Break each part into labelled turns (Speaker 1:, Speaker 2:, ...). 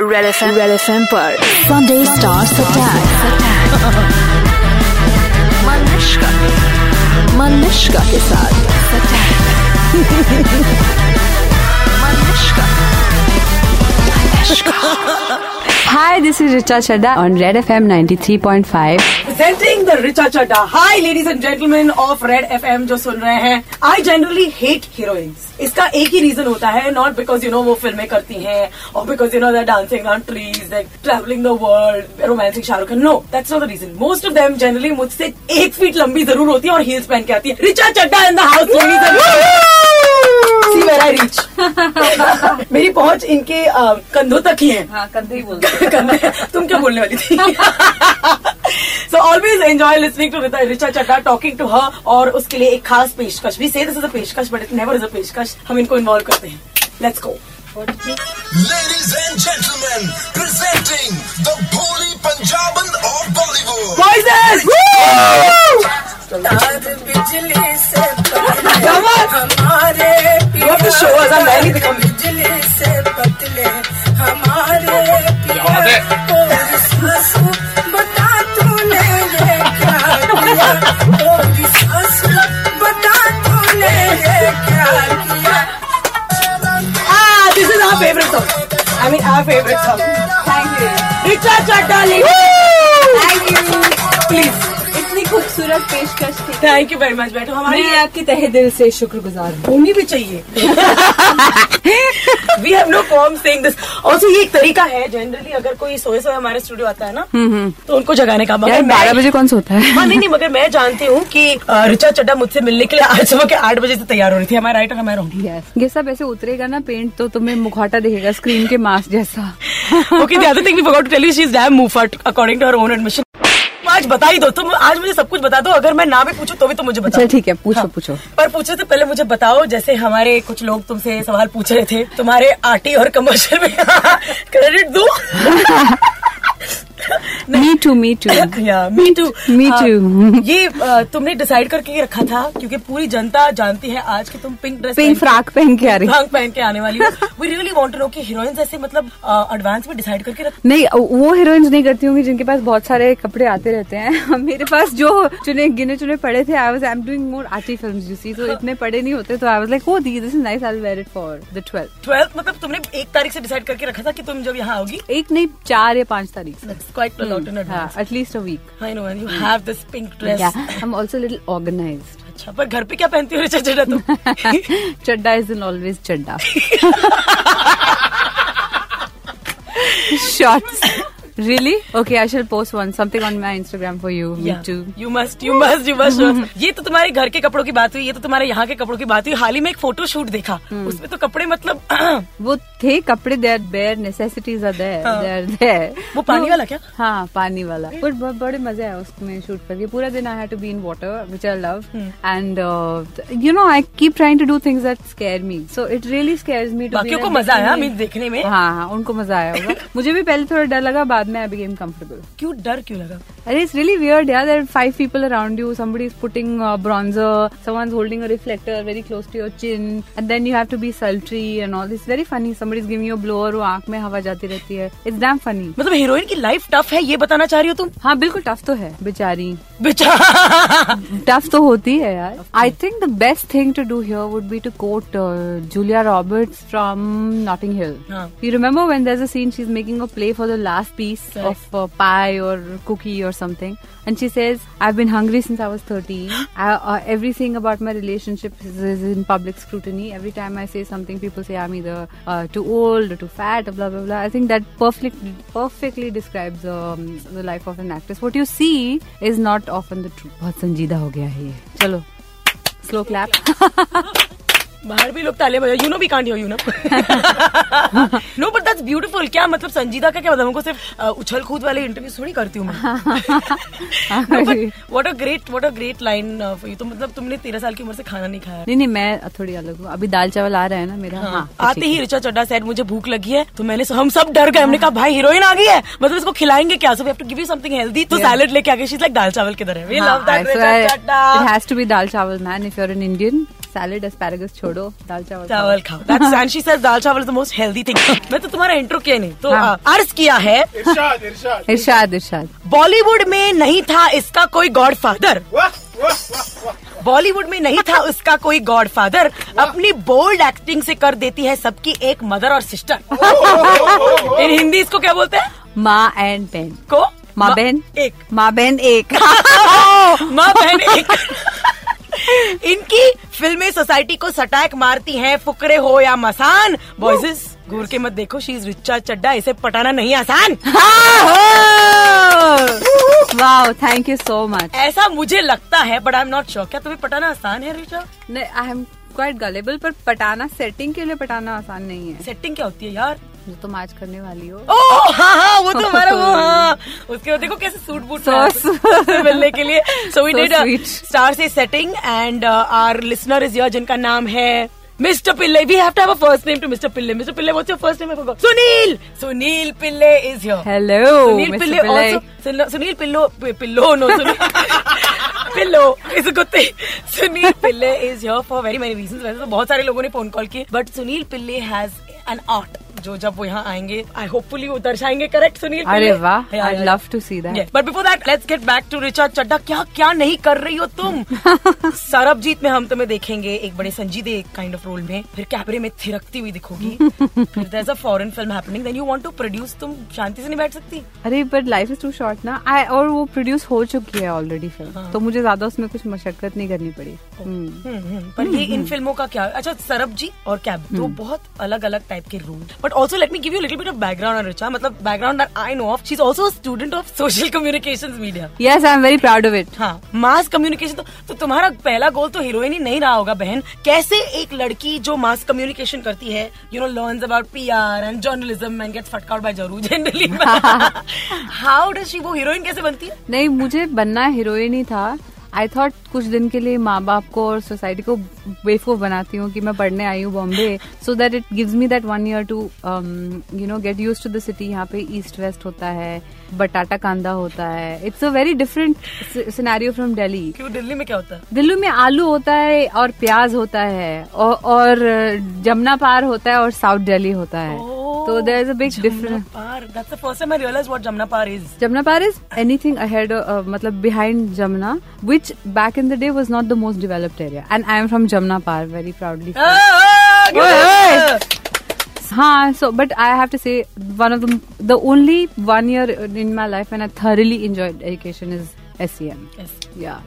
Speaker 1: Red F M red F M पर Sunday stars attack मनुष्का मनुष्का के साथ
Speaker 2: Hi, this is Richa Chadda on Red FM 93.5.
Speaker 3: presenting the Richa Chadda. Hi, ladies and gentlemen of Red FM जो सुन रहे हैं I generally hate heroines इसका एक ही रीजन होता है नॉट बिकॉज यू नो वो फिल्में करती हैं और because you know there dancing on trees travelling the world romancing Shahrukh Khan no that's not the reason most of them generally मुझसे एक फीट लंबी जरूर होती है और हील्स पहन के आती है Richa Chadha in the house ladies and see where I reach मेरी पहुंच इनके अ, कंधों तक ही है तुम क्या बोलने वाली थी so always enjoy listening to Richa Chadha talking to her और उसके लिए एक खास पेशकश we say this is a पेशकश but it never is a पेशकश हम इनको इन्वॉल्व करते हैं let's go
Speaker 4: Ladies and gentlemen, presenting the Bholi Punjaban of Bollywood.
Speaker 3: Boys
Speaker 5: हमारे
Speaker 3: What the show was, I'm barely becoming-
Speaker 5: बिजली से पतले हमारे बता तूने ये क्या किया और विश्वास बता तूने ये क्या किया
Speaker 3: this is our favourite song I mean our favourite song
Speaker 6: thank you
Speaker 3: Richa Chadha
Speaker 6: thank you
Speaker 3: please
Speaker 6: इतनी खूबसूरत पेशकश थी
Speaker 3: थैंक यू वेरी मच बैठो हमारी
Speaker 6: मैं आपके तहे दिल से शुक्रगुजार हूँ
Speaker 3: होनी भी चाहिए we have no form saying this also ये एक तरीका है जनरली अगर कोई सोए सोए हमारे स्टूडियो आता है ना तो उनको जगाने का
Speaker 2: हम्म, यार
Speaker 3: मगर मैं-
Speaker 2: 12 बजे कौन सोता
Speaker 3: हाँ
Speaker 2: है
Speaker 3: नहीं नहीं मगर मैं जानती हूँ कि अ, ऋचा चड्डा मुझसे मिलने के लिए आज सुबह के आठ बजे से तैयार हो रही थी हमारा राइट और हमारा रॉन्ग
Speaker 2: ये सब ऐसे उतरेगा ना पेंट तो तुम्हें मुखौटा दिखेगा स्क्रीन के मास्क जैसा
Speaker 3: okay the other thing we forgot to tell you she is damn मूफट according to her own admission आज बता ही दो तुम आज मुझे सब कुछ बता दो अगर मैं ना भी पूछूं तो भी तुम मुझे
Speaker 2: अच्छा
Speaker 3: बताओ
Speaker 2: ठीक है पूछो
Speaker 3: हाँ।
Speaker 2: पूछो
Speaker 3: पर पूछे से पहले मुझे बताओ जैसे हमारे कुछ लोग तुमसे सवाल पूछ रहे थे तुम्हारे आटी और कमर्शियल में हाँ, क्रेडिट दो
Speaker 2: मी टू मी टू
Speaker 3: या मी टू
Speaker 2: Me
Speaker 6: हाँ।
Speaker 2: too.
Speaker 3: हाँ, ये अ, तुमने डिसाइड करके ये रखा था क्योंकि पूरी जनता जानती है आज कि तुम पिंक ड्रेस
Speaker 2: पिंक फ्राक पहन के आ
Speaker 6: हाँ।
Speaker 2: रही
Speaker 3: भांग पहन के आने वाली हो we really want to know कि हीरोइंस ऐसे मतलब एडवांस में डिसाइड करके रख
Speaker 2: नहीं वो हीरोइंस नहीं करती होंगी जिनके पास बहुत सारे कपड़े आते रहते हैं मेरे पास जो चुने गिने चुने पड़े थे I was I am doing more arty films you see तो इतने पड़े नहीं होते तो I was like oh the this is nice I will wear it for the 12
Speaker 3: twelfth मतलब तुमने एक तारीख से डिसाइड करके रखा था कि तुम जब यहाँ आओगी
Speaker 2: एक नहीं चार या पांच तारीख से
Speaker 3: क्वाइट लॉट इन
Speaker 2: हाँ at least a week
Speaker 3: I know and you have this pink dress
Speaker 2: Yeah, I'm also a little organized.
Speaker 3: अच्छा पर घर पे क्या पहनती हो ऋचा चड्डा तुम
Speaker 2: Chadda isn't always chadda. Shots. Really? Okay, I shall post one something on my Instagram for you. Me too.
Speaker 3: You must you must you must ये तो तुम्हारे घर के कपड़ों की बात हुई ये तो तुम्हारे यहाँ के कपड़ों की बात हुई हाल ही में एक फोटो शूट देखा उसमें तो कपड़े मतलब
Speaker 2: वो थे कपड़े they are bare necessities are there
Speaker 3: हाँ।
Speaker 2: दे आर देयर
Speaker 3: वो पानी वाला क्या?
Speaker 2: हाँ पानी वाला पर बहुत बड़े मजे आए उसमें शूट करके पूरा दिन I had to be in water which I love
Speaker 3: hmm.
Speaker 2: And you know I keep trying to do things that scare me so it really scares me too
Speaker 3: बाकियों को मजा आया मीन देखने में
Speaker 2: हाँ हाँ उनको मजा आया होगा मुझे भी पहले थोड़ा डर लगा बाद में आई बिकेम कंफर्टेबल
Speaker 3: क्यों डर क्यों लगा
Speaker 2: अरे इट्स रियली वियर्ड यार there five people around you somebody is putting uh, bronzer someone's holding a reflector very close to your chin and then you have to be sultry and all this very funny somebody's giving you a blower वो आंख में हवा जाती रहती है it's damn funny
Speaker 3: मतलब heroine की life tough है ये बताना चाह रही हो तुम
Speaker 2: हाँ बिल्कुल टफ तो है बेचारी
Speaker 3: बेचारा
Speaker 2: टफ तो होती है यार I think the best thing to do here would be to quote Julia Roberts from Notting Hill
Speaker 3: हाँ.
Speaker 2: You remember when there a scene she is making a play for the last piece of pie और cookie और something and she says I been hungry since I was thirteen uh, everything about my relationship is, is in public scrutiny every time i say something people say i'm either uh, too old or too fat or blah blah blah i think that perfectly perfectly describes um, the life of an actress what you see is not often the truth बहुत संजीदा हो गया है ये चलो slow clap
Speaker 3: बाहर भी लोग ताले बजा यू नो भी can't you know no but that's beautiful क्या मतलब संजीदा का क्या मतलब हमको सिर्फ उछल कूद वाले इंटरव्यू थोड़ी करती हूँ मैं what a great what a great line for you तो मतलब तुमने तेरह साल की उम्र से खाना नहीं खाया
Speaker 2: नहीं नहीं मैं थोड़ी अलग हूँ अभी दाल चावल आ रहा है ना मेरा हाँ, तो
Speaker 3: आते
Speaker 2: ठीक
Speaker 3: ही ऋचा चड्डा सैड मुझे भूख लगी है तो मैंने हम सब डर गए हमने कहा भाई हीरोइन आ गई है मतलब इसको खिलाएंगे क्या so have to give you something healthy तो सैलेड
Speaker 2: हाँ,
Speaker 3: लेके आ गई शीज लाइक दाल चावल किधर है we love that Richa Chadha
Speaker 2: it has to be dal chawal man if you are an Indian salad asparagus छोड़ो दाल चावल
Speaker 3: चावल खाओ that's and she said dal chawal is the most healthy thing मैं तो तुम्हारा इंट्रो किया नहीं तो
Speaker 2: हाँ।
Speaker 3: आ, अर्ज किया है
Speaker 7: इरशाद इरशाद
Speaker 2: खाओ। इरशाद इरशाद
Speaker 3: बॉलीवुड में नहीं था इसका कोई गॉडफादर
Speaker 7: वाह वाह वाह वाह
Speaker 3: बॉलीवुड में नहीं था उसका कोई गॉडफादर अपनी बोल्ड एक्टिंग से कर देती है सबकी एक मदर और सिस्टर इन हिंदी इसको क्या बोलते हैं
Speaker 2: माँ एंड बहन
Speaker 3: को
Speaker 2: माँ बहन
Speaker 3: एक
Speaker 2: माँ बहन एक
Speaker 3: माँ बहन एक इनकी फिल्में सोसाइटी को सटैक मारती हैं फुकरे हो या मसान बॉयजेस घूर के मत देखो शी इज रिचा चड्डा इसे पटाना नहीं आसान
Speaker 2: wow thank you so much
Speaker 3: ऐसा मुझे लगता है but I am not sure क्या तुम्हें पटाना आसान है Richa
Speaker 2: I am quite gullible पर पटाना सेटिंग के लिए पटाना आसान नहीं है
Speaker 3: सेटिंग क्या होती है यार
Speaker 2: जो तुम आज करने वाली हो
Speaker 3: ओ हाँ हाँ वो तो हमारा वो हाँ उसके बाद देखो कैसे सूट बूट
Speaker 2: So
Speaker 3: में आते हैं। उससे मिलने के लिए so we
Speaker 2: So
Speaker 3: did
Speaker 2: sweet.
Speaker 3: Star से uh, setting and our listener is your जिनका नाम है mister Pillai we have to have a first name to mister Pillai mister Pillai what's your first name I forgot Sunil Sunil Pillai is your
Speaker 2: hello
Speaker 3: Sunil Pillai also सुन- Sunil pillow pillow no pillow is गुत्ते Sunil Pillai is here for very many reasons वैसे तो बहुत सारे लोगों ने phone call किए but Sunil Pillai has an art जो जब वो यहाँ आएंगे आई होपफुली वो दर्शाएंगे करेक्ट सुनील
Speaker 2: अरे वाह I love to see that
Speaker 3: but before that let's get back to Richard Chadha क्या क्या नहीं कर रही हो तुम सरबजीत में हम तुम्हें देखेंगे एक बड़े संजीदे काइंड ऑफ रोल में फिर कैमरे में थिरकती हुई दिखोगी फिर there is a foreign film happening then you want to produce तुम शांति से नहीं बैठ सकती
Speaker 2: अरे but life is too short ना आई और वो प्रोड्यूस हो चुकी है ऑलरेडी फिल्म तो मुझे ज्यादा उसमें कुछ मशक्कत नहीं करनी पड़ी हम्म।
Speaker 3: हम्म, हम्म, पर ये इन फिल्मों का क्या अच्छा सरब जी और कैब दो बहुत अलग अलग टाइप के rule but also let me give you little bit of background Richa मतलब background I know of she is also student of social communication media
Speaker 2: yes I am very proud of it
Speaker 3: हाँ mass communication तो, तो तुम्हारा पहला गोल तो heroine ही नहीं रहा होगा बहन कैसे एक लड़की जो मास कम्युनिकेशन करती है you know learn about P R and journalism and gets फटकाउट बाय जरूर जनरली हाउ डज शी वो हीरोइन कैसे बनती है
Speaker 2: नहीं मुझे बनना हीरोइन ही था आई थॉट कुछ दिन के लिए माँ बाप को और सोसाइटी को बेवकूफ बनाती हूँ कि मैं पढ़ने आई हूँ Bombay so that it gives me that one year to you know get used to the city यहाँ पे ईस्ट वेस्ट होता है बटाटा कांदा होता है it's a very different scenario from Delhi
Speaker 3: क्यों दिल्ली में क्या होता है
Speaker 2: दिल्ली में आलू होता है और प्याज होता है और, और जमुना पार होता है और साउथ दिल्ली होता है तो there is a big difference
Speaker 3: पार that's the first time I realize what Jamuna par is
Speaker 2: Jamuna par is anything ahead मतलब behind Jamuna which back in the day was not the most developed area and I am from Jamuna par very proudly
Speaker 3: Ah,
Speaker 2: हाँ so but I have to say one of the the only one year in my life and I thoroughly enjoyed education is S C M या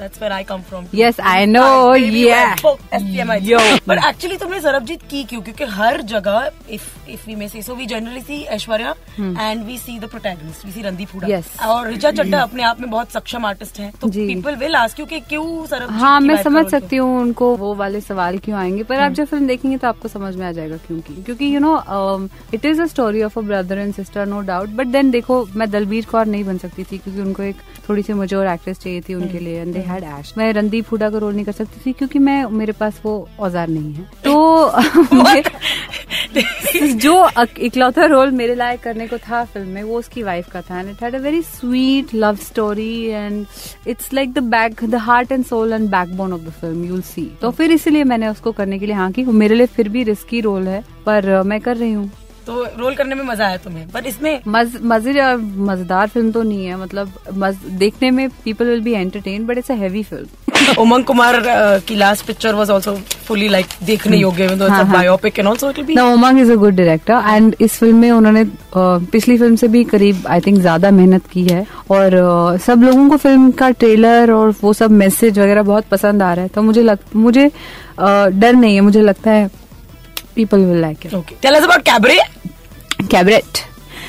Speaker 3: That's where I come from.
Speaker 2: Yes I know Oh, yeah
Speaker 3: Yo. E But actually तुमने सरबजीत की क्यों क्योंकि हर जगह if if we may say so we generally see Aishwarya and we see the protagonist we see Randeep Hooda
Speaker 2: Hmm. Yes.
Speaker 3: और रिचा चड्ढा अपने आप में बहुत सक्षम आर्टिस्ट हैं तो
Speaker 2: जी।
Speaker 3: people will ask you कि क्यों सरबजीत
Speaker 2: हाँ
Speaker 3: की
Speaker 2: मैं
Speaker 3: बात
Speaker 2: समझ
Speaker 3: करो तो?
Speaker 2: सकती हूँ उनको वो वाले सवाल क्यों आएंगे पर आप जब फिल्म देखेंगे तो आपको समझ में आ जाएगा क्योंकि क्योंकि um, you know it is a story of a brother and sister no doubt but then देखो मैं दलबीर कौर नहीं बन सकती थी क्योंकि उनको एक थोड़ी सी मजोर एक्ट्रेस चाहिए थी उनके लिए एंड दे हैड एश मैं रणदीप हुडा का रोल नहीं कर सकती थी क्योंकि मैं मेरे पास वो औजार नहीं है तो मुझे- जो अक- इकलौता रोल मेरे लायक करने को था फिल्म में वो उसकी वाइफ का था and it had a very sweet love story and it's like the back the heart and soul and backbone of the film you'll see तो फिर इसीलिए मैंने उसको करने के लिए हाँ की मेरे लिए फिर भी रिस्की रोल है पर अ, मैं कर रही हूँ
Speaker 3: तो रोल करने में मजा आया तुम्हें पर इसमें
Speaker 2: मज मजे मजेदार फिल्म तो नहीं है मतलब मज, देखने में people will be entertain but it's a heavy film
Speaker 3: Umang Kumar uh, की last picture was also fully like देखने योग्य even though it's a
Speaker 2: हाँ, हाँ.
Speaker 3: biopic and also it will be
Speaker 2: ना Umang is a good director and इस film में उन्होंने अ, पिछली फिल्म से भी करीब आई थिंक ज्यादा मेहनत की है और अ, सब लोगों को फिल्म का ट्रेलर और वो सब मैसेज वगैरह बहुत पसंद आ रहा है तो मुझे लग, मुझे अ, डर नहीं है मुझे लगता है people will like it
Speaker 3: okay tell us about cabaret
Speaker 2: cabaret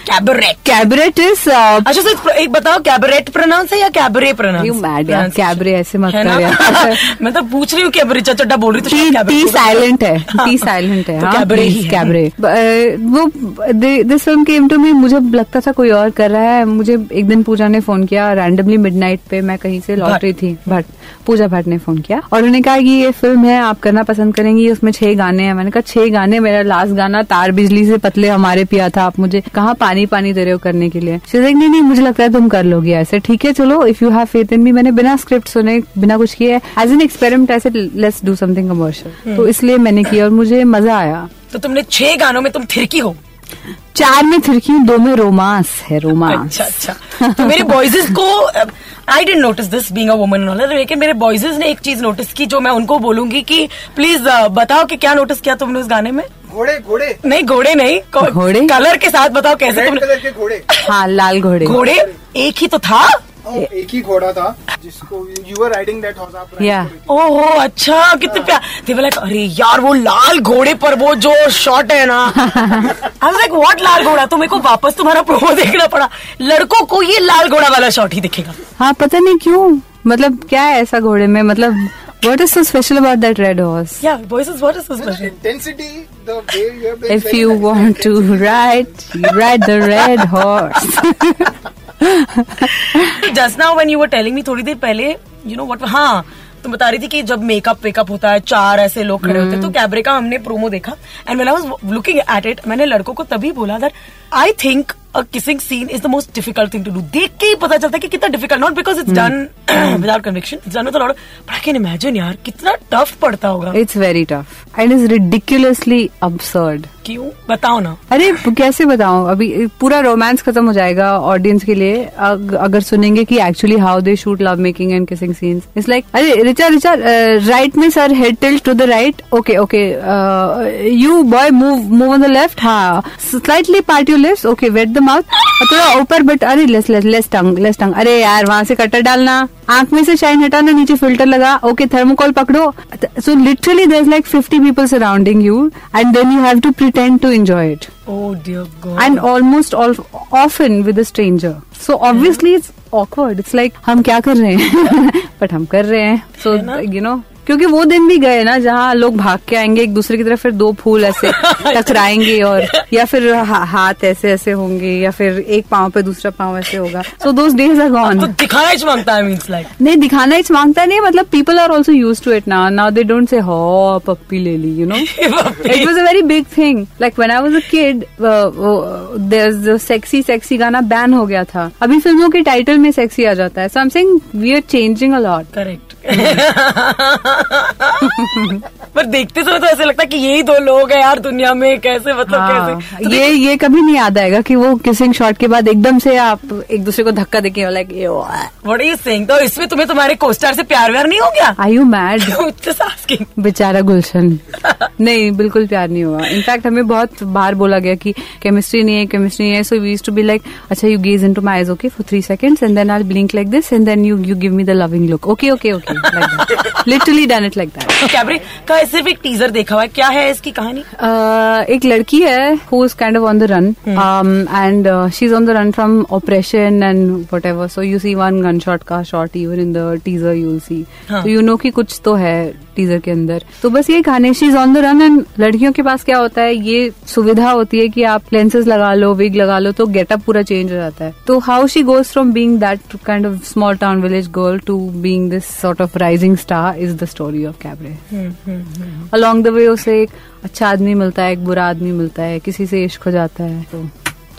Speaker 3: cabaret
Speaker 2: cabaret is
Speaker 3: अच्छा सर एक बताओ कैबरेट प्रोनाउंस है या कैबरे प्रोनाउंस
Speaker 2: You mad यार, cabaret ऐसे मत
Speaker 3: है
Speaker 2: कर
Speaker 3: ना?
Speaker 2: यार।
Speaker 3: मैं तो पूछ रही हूँ कैबरे चड्डा बोल रही तो
Speaker 2: टी
Speaker 3: शायद cabaret
Speaker 2: टी
Speaker 3: बोल रही
Speaker 2: साइलेंट है
Speaker 3: हाँ।
Speaker 2: टी साइलेंट है
Speaker 3: तो
Speaker 2: हाँ,
Speaker 3: cabaret
Speaker 2: please,
Speaker 3: ही है।
Speaker 2: cabaret। ब- अ, uh, वो this film came to me मुझे लगता था कोई और कर रहा है मुझे एक दिन पूजा ने फोन किया रैंडमली मिडनाइट पे मैं कहीं से लौट
Speaker 3: भट्ट।
Speaker 2: रही थी भट्ट पूजा भट्ट ने फोन किया और उन्होंने कहा कि ये फिल्म है आप करना पसंद करेंगी उसमें छह गाने हैं मैंने कहा छह गाने मेरा लास्ट गाना तार बिजली से पतले हमारे पिया था आप मुझे कहाँ पानी पानी दे रहे हो करने के लिए शी लाइक नहीं नहीं मुझे लगता है तुम कर लोगी ऐसे ठीक है चलो if you have faith in me मैंने बिना स्क्रिप्ट सुने बिना कुछ किए एज एन एक्सपेरिमेंट ऐसे लेट्स डू समथिंग कमर्शियल तो इसलिए मैंने किया और मुझे मजा आया
Speaker 3: तो तुमने छह गानों में तुम थिरकी हो
Speaker 2: चार में थिरकी दो में रोमांस है रोमांस
Speaker 3: अच्छा अच्छा तो मेरे बॉयजेस को I don't notice this being a woman all लेकिन मेरे बॉयजेस ने एक चीज नोटिस की जो मैं उनको बोलूंगी कि प्लीज बताओ कि क्या नोटिस किया तुमने उस गाने में
Speaker 7: घोड़े घोड़े
Speaker 3: नहीं घोड़े नहीं
Speaker 2: घोड़े?
Speaker 3: कलर के साथ बताओ कैसे
Speaker 7: रेड
Speaker 3: तुमने
Speaker 7: कलर के घोड़े
Speaker 2: हाँ लाल घोड़े
Speaker 3: घोड़े एक ही तो था
Speaker 7: हाँ, एक ही घोड़ा था जिसको you are riding that horse आप
Speaker 2: या
Speaker 3: ओहो अच्छा कितने प्यार देवर लाइक अरे यार वो लाल घोड़े पर वो जो शॉट है ना आई वाज लाइक व्हाट लाल घोड़ा तो मेरे को वापस तुम्हारा प्रोमो देखना पड़ा लड़कों को ये लाल घोड़ा वाला शॉट ही दिखेगा
Speaker 2: हाँ पता नहीं क्यों मतलब क्या है ऐसा घोड़े में मतलब what is so special about that red horse
Speaker 3: या boys is what is this
Speaker 7: intensity the way you have been
Speaker 2: if you want to ride ride the red horse
Speaker 3: just now when you were telling me थोड़ी देर पहले you know what हाँ तुम बता रही थी कि जब मेकअप वेकअप होता है चार ऐसे लोग खड़े होते हैं तो कैबरे का हमने प्रोमो देखा and when I was looking at it मैंने लड़कों को तभी बोला that I think a kissing scene is the most difficult thing to do देख के ही पता चलता है कि कितना difficult not because it's done without conviction it's done with lot but I can imagine यार कितना टफ पड़ता होगा
Speaker 2: it's very tough and is ridiculously absurd
Speaker 3: क्यों बताओ ना
Speaker 2: अरे कैसे बताऊं अभी पूरा रोमांस खत्म हो जाएगा ऑडियंस के लिए अग, अगर सुनेंगे कि actually how they shoot love making and kissing scenes it's like अरे रिचा रिचा राइट में sir head tilt to the right okay okay you boy move move on the left हाँ slightly part you lips okay wait the mouth थोड़ा ऊपर but अरे less less less tongue less tongue अरे यार वहां से cutter डालना आंख में से शाइन हटाना नीचे फिल्टर लगा ओके थर्मोकॉल पकड़ो so literally there like fifty people surrounding you and then you have to pretend to enjoy it
Speaker 3: oh dear
Speaker 2: and almost all, often with a stranger so obviously it's awkward it's like हम क्या कर रहे हैं but हम कर रहे हैं so you know क्योंकि वो दिन भी गए ना जहाँ लोग भाग के आएंगे एक दूसरे की तरफ फिर दो फूल ऐसे टकराएंगे और या फिर हा, हाथ ऐसे ऐसे होंगे या फिर एक पाँव पे दूसरा पाँव ऐसे होगा सो दोज डेज आर
Speaker 3: तो
Speaker 2: गॉन
Speaker 3: दिखाना ही मांगता है मीन्स लाइक
Speaker 2: नहीं दिखाना इट्स मांगता नहीं मतलब people are also use to it ना नाउ दे डोंट से हो "हाँ, पप्पी ले ली you know it was a very big thing like when i was a kid uh, uh, there's the sexy sexy गाना बैन हो गया था अभी फिल्मों के टाइटल में सेक्सी आ जाता है so i'm saying we are changing a lot
Speaker 3: correct पर देखते समय तो ऐसे लगता है कि यही दो लोग हैं यार दुनिया में कैसे मतलब
Speaker 2: हाँ,
Speaker 3: कैसे तो
Speaker 2: ये ये कभी नहीं याद आएगा कि वो किसिंग शॉट के बाद एकदम से आप एक दूसरे को धक्का देके लाइक
Speaker 3: व्हाट यू सेइंग तो इसमें तुम्हें तुम्हारे कोस्टार से प्यार व्यार नहीं हो गया
Speaker 2: I you mad
Speaker 3: just asking
Speaker 2: बेचारा गुलशन नहीं बिल्कुल प्यार नहीं हुआ इनफैक्ट हमें बहुत बार बोला गया कि केमिस्ट्री नहीं है केमिस्ट्री नहीं है so we to be like अच्छा you gaze in to my okay for three seconds and then I blink like this and then you you give me the loving look okay okay okay literally done it like that
Speaker 3: cabaret का सिर्फ एक teaser देखा हुआ है क्या है इसकी कहानी
Speaker 2: Uh, एक लड़की है who is kind of on the run Um, and she is on the run from operation and whatever so you see one gun shot का shot even in the teaser you see
Speaker 3: हाँ.
Speaker 2: तो you know कि कुछ तो है teaser के अंदर तो बस ये कहानी she is on the run and लड़कियों के पास क्या होता है ये सुविधा होती है कि आप लेंसेज लगा लो विग लगा लो तो गेटअप पूरा चेंज हो जाता है तो how she goes from being that kind of small town village girl to being this sort of rising star is the story of cabaret along the way उसे एक अच्छा आदमी मिलता है एक बुरा आदमी मिलता है किसी से इश्क हो जाता है तो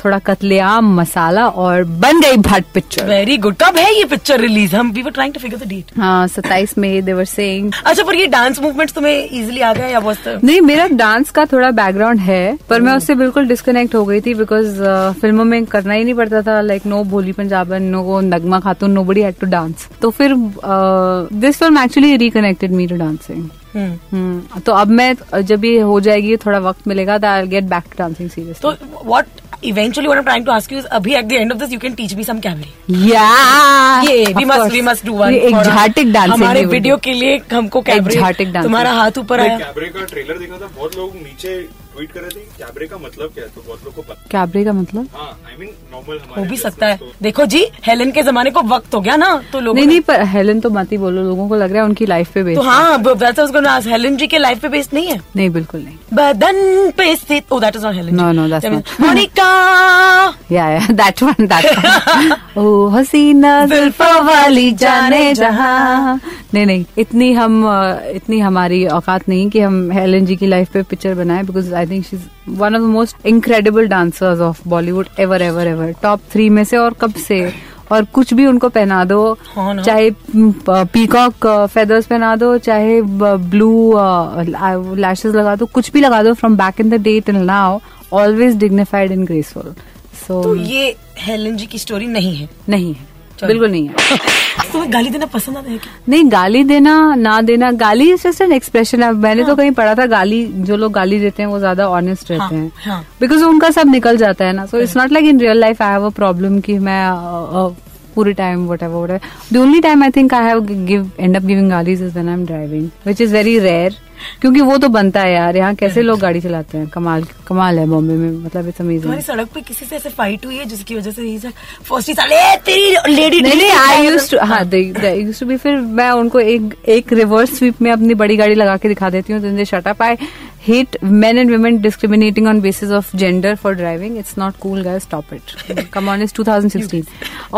Speaker 2: थोड़ा कतलेआम मसाला और बन गई भट पिक्चर
Speaker 3: वेरी गुड कब है ये पिक्चर रिलीज हम we were trying to figure the date
Speaker 2: हाँ सत्ताईस मई देवर सेइंग
Speaker 3: अच्छा पर ये डांस मूवमेंट्स तुम्हें इजीली आ गया या वाज द
Speaker 2: नहीं मेरा डांस का थोड़ा बैकग्राउंड है पर मैं उससे बिल्कुल डिस्कनेक्ट हो गई थी बिकॉज फिल्मों में करना ही नहीं पड़ता था like no Bholi Punjaban no Nagma Khatoon no बड़ी हैड टू डांस तो फिर uh, this film actually reconnected me to dancing
Speaker 3: Hmm.
Speaker 2: तो अब मैं अ, जब ये हो जाएगी थोड़ा वक्त मिलेगा तो I get back to dancing serious
Speaker 3: तो what eventually what I am trying to ask you is अभी at the end of this you can teach me some कैमरे
Speaker 2: या
Speaker 3: ये we must we must do one
Speaker 2: एक झाटिक dancing
Speaker 3: हमारे video के लिए हमको कैमरे
Speaker 2: झाटिक dancing.
Speaker 3: तुम्हारा हाथ ऊपर आया
Speaker 8: कैबरे का ट्रेलर देखा था बहुत लोग नीचे ट्वीट कर रहे थे कि कैबरे का मतलब क्या है तो बहुत लोग को पता
Speaker 2: कैबरे का मतलब
Speaker 8: हाँ आई मीन नॉर्मल
Speaker 3: हो
Speaker 8: हमारे तो
Speaker 3: भी सकता है देखो जी हेलन के जमाने को वक्त हो गया ना तो लोग
Speaker 2: नहीं नहीं पर हेलन तो मत ही बोलो लोगों को लग रहा है उनकी लाइफ पे बेस्ड
Speaker 3: तो हाँ that's I was Helen ji के लाइफ पे बेस्ड नहीं है
Speaker 2: नहीं बिल्कुल नहीं
Speaker 3: oh, बदन पे स्थित oh that is not Helen
Speaker 2: No, no, that's not.
Speaker 3: Monika
Speaker 2: yeah yeah that one that oh हसीना जुल्फा वाली जाने जहां नहीं नहीं इतनी हम अ, इतनी हमारी औकात नहीं कि हम हेलन जी की लाइफ पे पिक्चर बनाए because I think she is one of the most incredible dancers of Bollywood ever ever ever top three में से और कब से और कुछ भी उनको पहना दो
Speaker 3: हाँ ना।
Speaker 2: चाहे पीकॉक फेदर्स पहना दो चाहे ब्लू लैशेस लगा दो कुछ भी लगा दो from back in the day till now always dignified and graceful so
Speaker 3: तो ये हेलन जी की स्टोरी नहीं है
Speaker 2: नहीं है
Speaker 3: चलो।
Speaker 2: बिल्कुल नहीं है
Speaker 3: तुम्हें गाली देना पसंद आता है क्या
Speaker 2: नहीं गाली देना ना देना गाली इज जस्ट एन एक्सप्रेशन है मैंने तो कहीं पढ़ा था गाली जो लोग गाली देते हैं वो ज्यादा ऑनेस्ट रहते
Speaker 3: हाँ। हाँ,
Speaker 2: हैं
Speaker 3: हाँ।
Speaker 2: बिकॉज उनका सब निकल जाता है ना so it's not like in real life I have a problem कि मैं अ, अ, पूरे time whatever whatever the only time I think I have give and up giving गालीज is when I am driving which is very rare क्योंकि वो तो बनता है यार यहाँ कैसे लोग गाड़ी चलाते हैं कमाल कमाल है बॉम्बे में मतलब इट्स अमेजिंग
Speaker 3: तुम्हारी सड़क पे किसी से ऐसे फाइट हुई है जिसकी वजह से फर्स्ट ही साले तेरी लेडी
Speaker 2: नहीं नहीं आई यूज टू हाँ they- they used to be फिर मैं उनको एक एक रिवर्स स्वीप में अपनी बड़ी गाड़ी लगा के दिखा देती हूँ then they shut up I hate men and women discriminating on basis of gender for driving it's not cool guys stop it come on it's 2016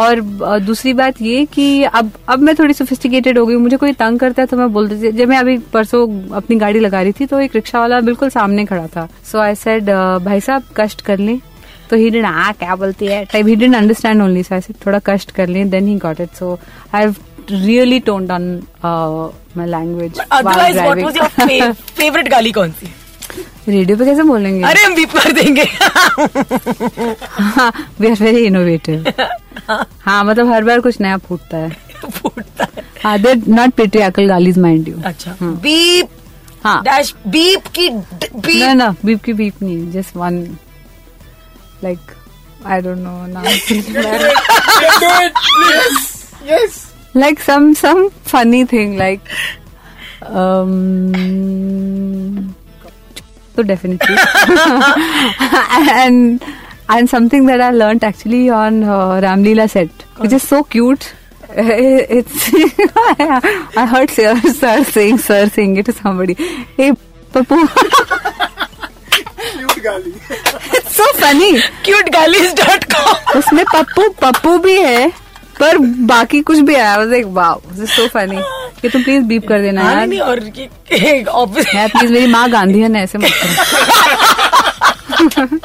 Speaker 2: और अ, दूसरी बात ये कि अब अब मैं थोड़ी सोफिस्टिकेटेड हो गई हूँ। मुझे कोई तंग करता है तो मैं बोल देती जब मैं अभी परसों अपनी गाड़ी लगा रही थी तो एक रिक्शा वाला बिल्कुल सामने खड़ा था सो आई सेड भाई साहब कष्ट कर लें तो ही डिड आ क्या बोलती है type he did understand only so थोड़ा कष्ट कर लें then he got it so I have really tone down my language
Speaker 3: otherwise what was your favourite गाली कौन सी
Speaker 2: रेडियो पे कैसे बोलेंगे
Speaker 3: अरे हम बीप कर देंगे
Speaker 2: वी आर वेरी इनोवेटिव हाँ मतलब हर बार कुछ नया फूटता है
Speaker 3: फूटता है
Speaker 2: हाँ देर नॉट पेट्रियाकल गालीज माइंड यू
Speaker 3: अच्छा बीप
Speaker 2: हाँ
Speaker 3: डैश बीप की ड-
Speaker 2: ना
Speaker 3: बीप
Speaker 2: ना बीप की बीप नहीं just one like I don't know now
Speaker 7: do it, please. Yes.
Speaker 2: like some some funny thing like um so definitely and and something that i learnt actually on uh, ramlila set which is so cute it's i heard sir, sir saying sir saying it to somebody hey papu
Speaker 7: Cute gali.
Speaker 2: it's so funny
Speaker 3: cute गालीज dot com
Speaker 2: उसमें पप्पू पप्पू भी है पर बाकी कुछ भी आया like wow this is so funny ये तुम प्लीज बीप कर देना यार
Speaker 3: हाँ, नहीं और ये ऑफिस
Speaker 2: यार प्लीज मेरी माँ गांधीयन है ऐसे मत करो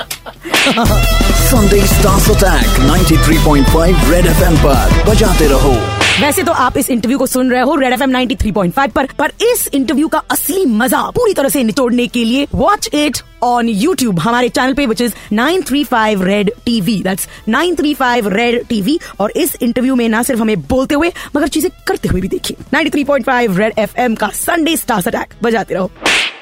Speaker 9: Sunday Stars Attack 93.5 Red FM पर बजाते रहो
Speaker 3: वैसे तो आप इस इंटरव्यू को सुन रहे हो रेड एफ एम पर पर इस इंटरव्यू का असली मजा पूरी तरह से निचोड़ने के लिए वॉच इट ऑन YouTube हमारे चैनल पे which is 935 red TV that's 935 red TV और इस इंटरव्यू में ना सिर्फ हमें बोलते हुए मगर चीजें करते हुए भी देखिए 93.5 रेड एफएम का संडे स्टार्स अटैक बजाते रहो